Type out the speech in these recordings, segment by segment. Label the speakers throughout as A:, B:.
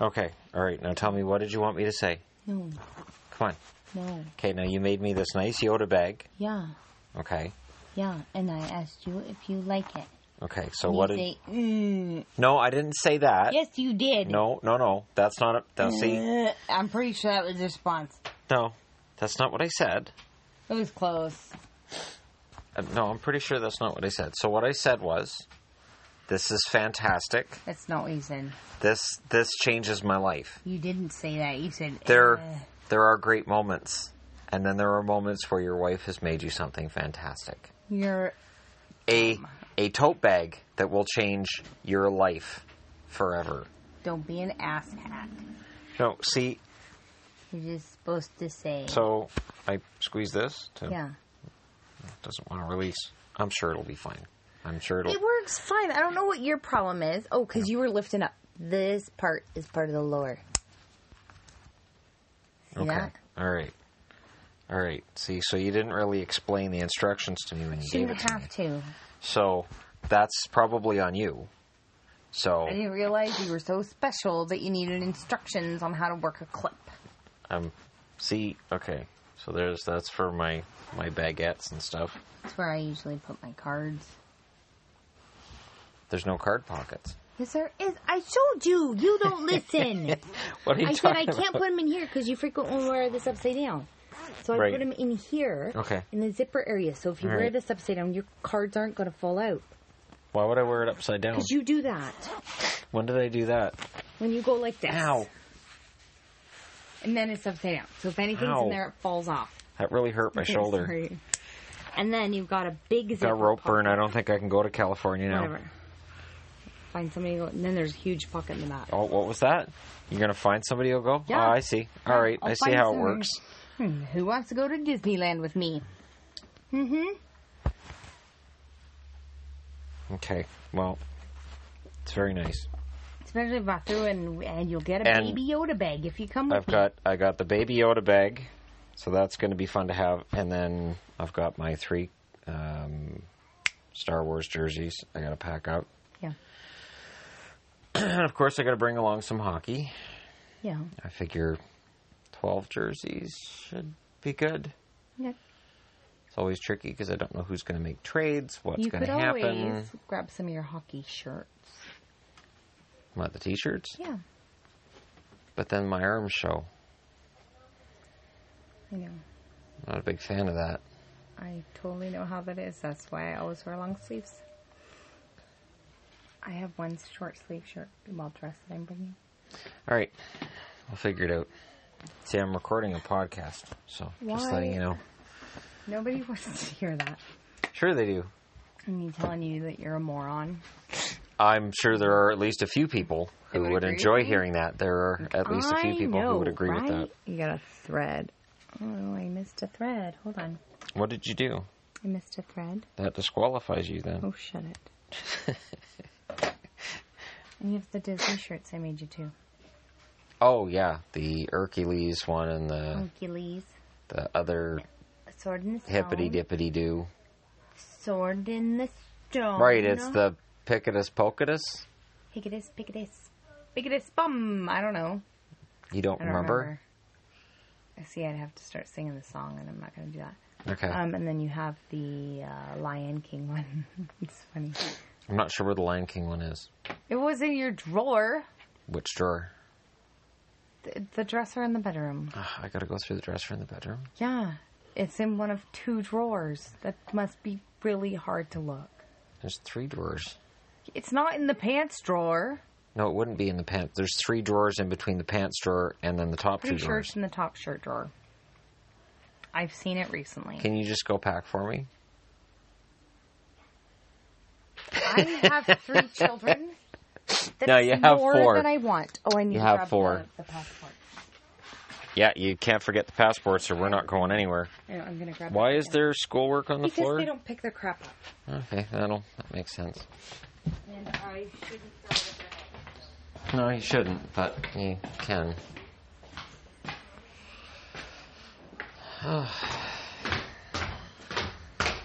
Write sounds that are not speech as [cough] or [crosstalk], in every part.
A: Okay. All right. Now tell me, what did you want me to say?
B: No,
A: Come on.
B: no.
A: Okay. Now you made me this nice Yoda bag.
B: Yeah,
A: Okay.
B: yeah. And I asked you if you like it.
A: Okay. So
B: And
A: what
B: you
A: did?
B: say, mm.
A: No, I didn't say that.
B: Yes, you did.
A: No, no, no. That's not. A, now see.
B: Uh, I'm pretty sure that was the response.
A: No, that's not what I said.
B: It was close.
A: Uh, No, I'm pretty sure that's not what I said. So what I said was, "This is fantastic.
B: That's not what you said.
A: This this changes my life.
B: You didn't say that. You said
A: There
B: uh,
A: there are great moments, and then there are moments where your wife has made you something fantastic.
B: You're Oh,
A: A a tote bag that will change your life forever.
B: don't be an ass hat.
A: No, see.
B: You're just supposed to say
A: So I squeeze this. To,
B: yeah.
A: Doesn't want to release. I'm sure it'll be fine. I'm sure it'll.
B: It works fine. I don't know what your problem is. Oh, because you were lifting up. This part is part of the lower. See
A: Okay.
B: that?
A: All right. All right. See, so you didn't really explain the instructions to me when you gave
B: Shouldn't
A: it to
B: have
A: me.
B: to.
A: So that's probably on you. So
B: I didn't realize you were so special that you needed instructions on how to work a clip.
A: I'm see. Okay. So there's that's for my my baguettes and stuff.
B: That's where I usually put my cards.
A: There's no card pockets.
B: Yes, there is. I showed you. You [laughs] don't listen.
A: What are you
B: I said I
A: talking
B: can't
A: about?
B: put them in here because you frequently wear this upside down. So I
A: Right.
B: put them in here
A: Okay.
B: in the zipper area. So if you
A: All
B: wear
A: right.
B: this upside down, your cards aren't going to fall out.
A: Why would I wear it upside down?
B: Because you do that
A: When did I do that?
B: when you go like this.
A: Ow!
B: And then it's upside down. So if anything's
A: Ow.
B: in there, it falls off.
A: That really hurt my
B: Okay,
A: shoulder.
B: sorry. And then you've got a big zipper.
A: Got rope
B: pocket.
A: burn. I don't think I can go to California now.
B: Whatever. Find somebody to go. And then there's a huge pocket in the back.
A: Oh, what was that? You're gonna find somebody who'll go?
B: Yeah.
A: Oh, I see. All right,
B: I'll
A: I see
B: find
A: how it
B: somebody.
A: works.
B: Hmm, who wants to go to Disneyland with me?
A: Okay. Well, it's very nice.
B: Especially if I threw in, and you'll get a
A: And
B: baby Yoda bag if you come with
A: I've
B: me.
A: got I got the baby Yoda bag, so that's going to be fun to have. And then I've got my three um, Star Wars jerseys. I got to pack up,
B: Yeah.
A: and of course I got to bring along some hockey.
B: Yeah.
A: I figure twelve jerseys should be good.
B: yeah.
A: It's always tricky because I don't know who's going to make trades, what's
B: You
A: going
B: could
A: to happen.
B: always grab some of your hockey shirts.
A: What the t-shirts?
B: Yeah.
A: But then my arms show.
B: I know.
A: Not a big fan of that.
B: I totally know how that is. That's why I always wear long sleeves. I have one short sleeve shirt, well dress that I'm bringing.
A: All right, I'll figure it out. See, I'm recording a podcast, so just letting
B: Why?
A: you know.
B: Nobody [laughs] wants to hear that.
A: Sure, they do.
B: And me telling you that you're a moron.
A: I'm sure there are at least a few people who
B: would
A: would,
B: agree with
A: enjoy
B: me?
A: hearing that. There are at least a few
B: I
A: people who would
B: know,
A: agree with that.
B: right? You got a thread. Oh, I missed a thread. Hold on.
A: What did you do?
B: I missed a thread.
A: That disqualifies you then.
B: Oh, shut it.
A: [laughs]
B: and you have the Disney shirts I made you too.
A: Oh yeah, the Hercules one and
B: Oh.
A: the
B: Hercules,
A: the other
B: Sword in the Stone.
A: hippity dippity doo.
B: Sword in the Stone.
A: Right, it's the Picketus Pocatus.
B: Hicketus, picketus, picketus bum. I don't know.
A: You don't,
B: I don't remember. I See, I'd have to start singing the song, and I'm not going to do that.
A: Okay,
B: Um, and then you have the uh, Lion King [laughs] one. it's funny.
A: I'm not sure where the Lion King one is.
B: It was in your drawer.
A: Which drawer?
B: The, the dresser in the bedroom.
A: Ah, I gotta go through the dresser in the bedroom.
B: Yeah, it's in one of two drawers. That must be really hard to look.
A: There's three drawers.
B: It's not in the pants drawer.
A: No, it wouldn't be in the pants. There's three drawers in between the pants drawer and then the top
B: Pretty
A: two
B: sure
A: drawers.
B: it's in the top shirt drawer. I've seen it recently.
A: Can you just go pack for me?
B: I have
A: [laughs]
B: three children. That's
A: No, you have
B: more
A: four.
B: than I want. Oh, I need
A: You
B: to
A: have
B: grab
A: four.
B: The, the passport.
A: Yeah, you can't forget the passports, or we're not going anywhere.
B: I know, I'm gonna grab.
A: Why
B: that
A: is
B: again.
A: there schoolwork on the
B: Because
A: floor?
B: they don't pick their crap up,
A: Okay, that'll that makes sense.
B: and I shouldn't throw it away.
A: No, you shouldn't, but you can. [sighs]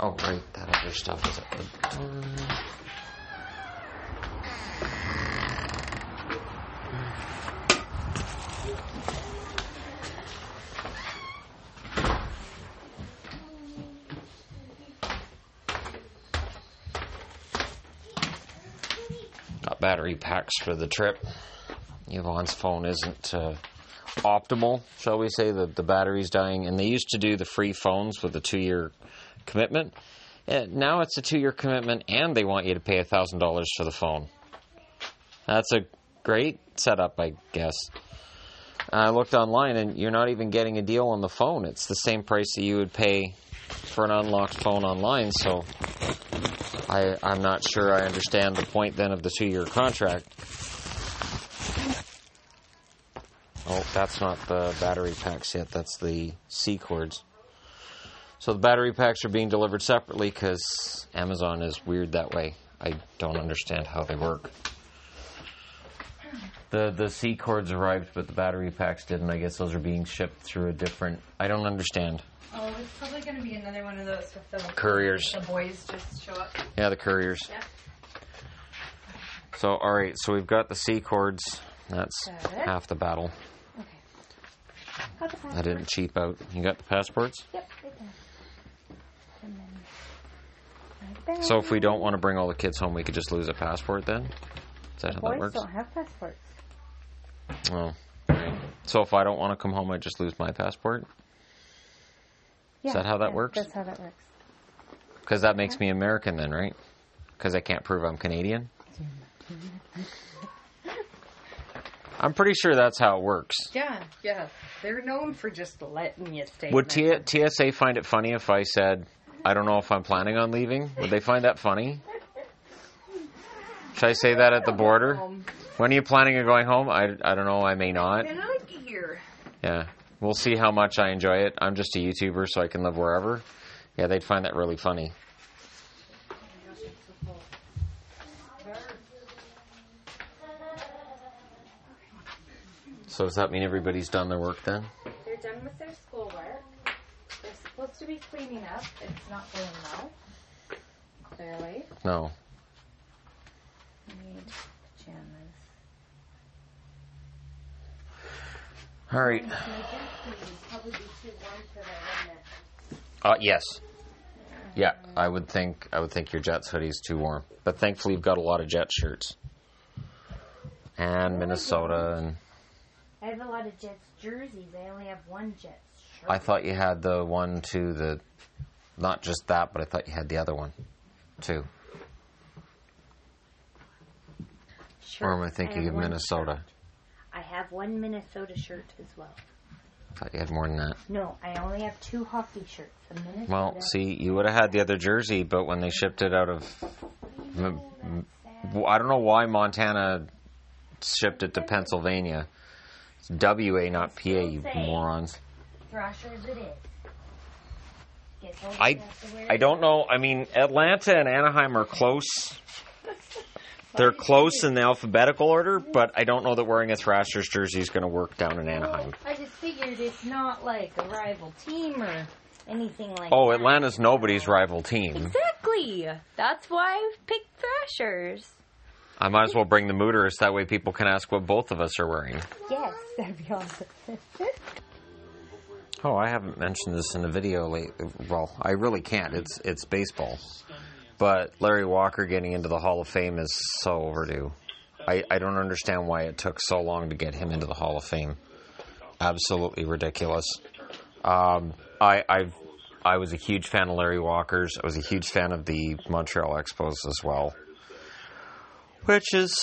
A: oh, right, that other stuff is at the door. battery packs for the trip. Yvonne's phone isn't uh, optimal, shall we say? The the battery's dying, and they used to do the free phones with a two year commitment. And now it's a two year commitment, and they want you to pay thousand dollars for the phone. That's a great setup, I guess. I looked online, and you're not even getting a deal on the phone. It's the same price that you would pay for an unlocked phone online. So I, I'm not sure I understand the point then of the two-year contract. Oh, that's not the battery packs yet. That's the C cords. So the battery packs are being delivered separately because Amazon is weird that way. I don't understand how they work. The the C cords arrived, but the battery packs didn't. I guess those are being shipped through a different. I don't understand.
C: Oh, it's probably going to be another one of those with the
A: Couriers.
C: The boys just show up.
A: Yeah, the couriers.
C: Yeah.
A: So, all right. So we've got the C cords. That's
C: Got it.
A: half the battle.
C: Okay. Got the
A: I didn't cheap out. You got the passports.
C: Yep. Right there. And then right there.
A: So if we don't want to bring all the kids home, we could just lose a passport then. Is that how that
C: boys
A: works?
C: don't have passports.
A: Oh. all right. So if I don't want to come home, I just lose my passport
C: Yeah,
A: that how that
C: yeah,
A: works?
C: That's how that works.
A: because that makes me American then, right? Because I can't prove I'm Canadian. I'm pretty sure that's how it works.
C: Yeah, yeah. They're known for just letting you stay.
A: Would T- TSA find it funny if I said, I don't know if I'm planning on leaving? Would they find that funny? Should I say that at the border?
C: Um,
A: When are you planning on going home? I, I don't know. I may not.
C: In a year.
A: Yeah. We'll see how much I enjoy it. I'm just a YouTuber, so I can live wherever. Yeah, they'd find that really funny. So does that mean everybody's done their work then?
C: They're done with their schoolwork. They're supposed to be cleaning up. It's not going well. Clearly.
A: No.
C: Need pajamas.
A: All right.
C: Probably too warm for them, wouldn't it?
A: Uh, yes. Yeah, I would think I would think your Jets hoodie is too warm, but thankfully you've got a lot of Jet shirts and Minnesota, and
D: I have a lot of Jets jerseys. I only have one Jets shirt.
A: I thought you had the one too. The not just that, but I thought you had the other one too. Or am I thinking
D: have
A: of
D: one
A: Minnesota?
D: I have one Minnesota shirt as well.
A: I thought you had more than that.
D: No, I only have two hockey shirts. A Minnesota.
A: Well, see, you would have had the other jersey, but when they shipped it out of, m- m- I don't know why Montana shipped it to Pennsylvania. It's WA, not PA, you morons.
D: Thrashers it is. Guess I'll
A: I,
D: just have to wear
A: I
D: it.
A: don't know. I mean, Atlanta and Anaheim are close. They're close in the alphabetical order, but I don't know that wearing a Thrashers jersey is going to work down in Anaheim.
D: I just figured it's not like a rival team or anything like
A: Oh,
D: that.
A: Atlanta's nobody's rival team.
D: Exactly. That's why I've picked Thrashers.
A: I might as well bring the Mooters. That way people can ask what both of us are wearing.
D: Yes, that'd be awesome. [laughs]
A: Oh, I haven't mentioned this in a video late. Well, I really can't. It's it's baseball, but Larry Walker getting into the Hall of Fame is so overdue. I, I don't understand why it took so long to get him into the Hall of Fame. Absolutely ridiculous. Um, I I've, I was a huge fan of Larry Walker's. I was a huge fan of the Montreal Expos as well, which is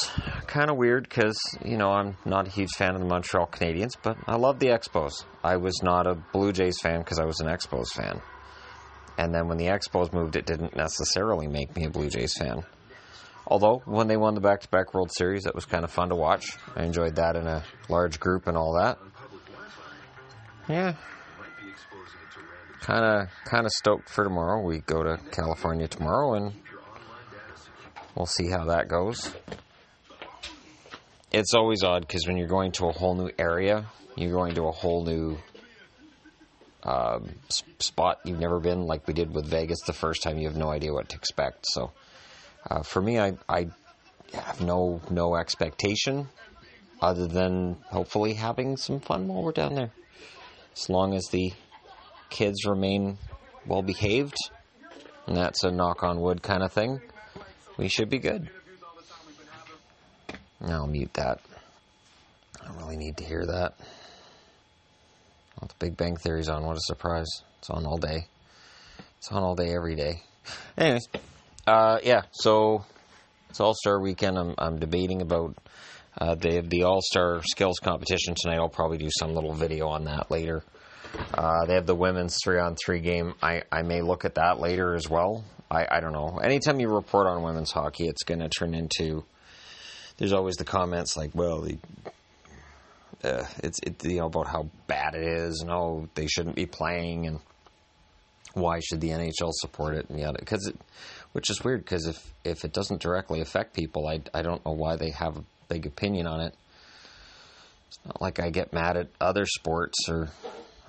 A: kind of weird because you know I'm not a huge fan of the Montreal Canadiens, but I love the Expos. I was not a Blue Jays fan because I was an Expos fan, and then when the Expos moved, it didn't necessarily make me a Blue Jays fan. Although when they won the back-to-back World Series, that was kind of fun to watch. I enjoyed that in a large group and all that. Yeah. Kind of, kind of stoked for tomorrow. We go to California tomorrow, and we'll see how that goes. It's always odd because when you're going to a whole new area, you're going to a whole new um, s- spot you've never been, like we did with Vegas the first time. You have no idea what to expect. So, uh, for me, I, I have no no expectation other than hopefully having some fun while we're down there as long as the kids remain well behaved, and that's a knock on wood kind of thing, we should be good. I'll mute that. I don't really need to hear that. Well, the Big Bang Theory's on. What a surprise. It's on all day. It's on all day, every day. [laughs] Anyways, uh, yeah, so it's All Star weekend. I'm, I'm debating about uh, the, the All Star skills competition tonight. I'll probably do some little video on that later. Uh, they have the women's three on three game. I, I may look at that later as well. I, I don't know. Anytime you report on women's hockey, it's going to turn into. There's always the comments like, well, the, uh, it's it, you know about how bad it is and oh they shouldn't be playing and why should the NHL support it and yet because it which is weird because if if it doesn't directly affect people I I don't know why they have a big opinion on it. It's not like I get mad at other sports or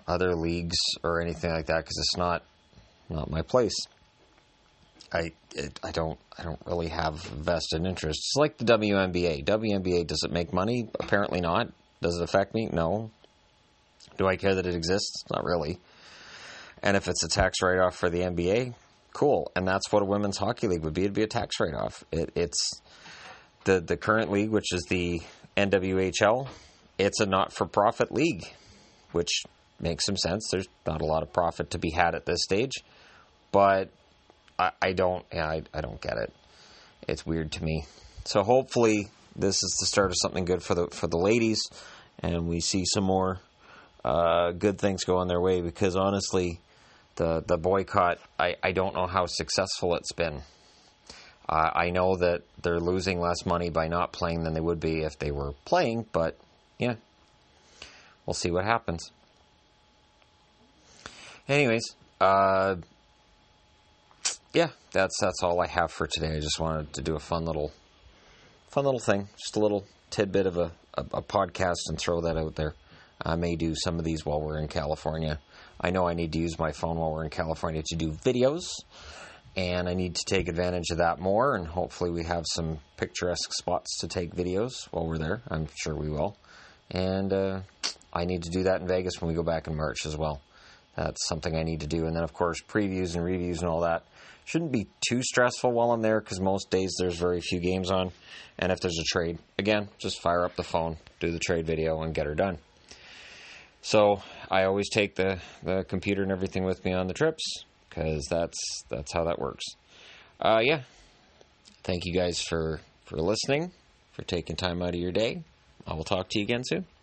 A: other leagues or anything like that because it's not not my place. I it, I don't I don't really have vested interest. It's like the WNBA. WNBA does it make money? Apparently not. Does it affect me? No. Do I care that it exists? Not really. And if it's a tax write off for the NBA, cool. And that's what a women's hockey league would be. It'd be a tax write off. It, it's the the current league, which is the NWHL. It's a not for profit league, which makes some sense. There's not a lot of profit to be had at this stage, but I, I don't yeah, I, I don't get it. It's weird to me. So hopefully this is the start of something good for the for the ladies, and we see some more uh, good things going their way. Because honestly, the the boycott I, I don't know how successful it's been. Uh, I know that they're losing less money by not playing than they would be if they were playing, but yeah, we'll see what happens. Anyways, uh, yeah, that's that's all I have for today. I just wanted to do a fun little, fun little thing, just a little tidbit of a, a, a podcast and throw that out there. I may do some of these while we're in California. I know I need to use my phone while we're in California to do videos, and I need to take advantage of that more. And hopefully, we have some picturesque spots to take videos while we're there. I'm sure we will. And uh, I need to do that in Vegas when we go back in March as well. That's something I need to do. And then, of course, previews and reviews and all that shouldn't be too stressful while I'm there because most days there's very few games on. And if there's a trade, again, just fire up the phone, do the trade video, and get her done. So I always take the, the computer and everything with me on the trips because that's that's how that works. Uh, yeah, thank you guys for for listening, for taking time out of your day. I will talk to you again soon.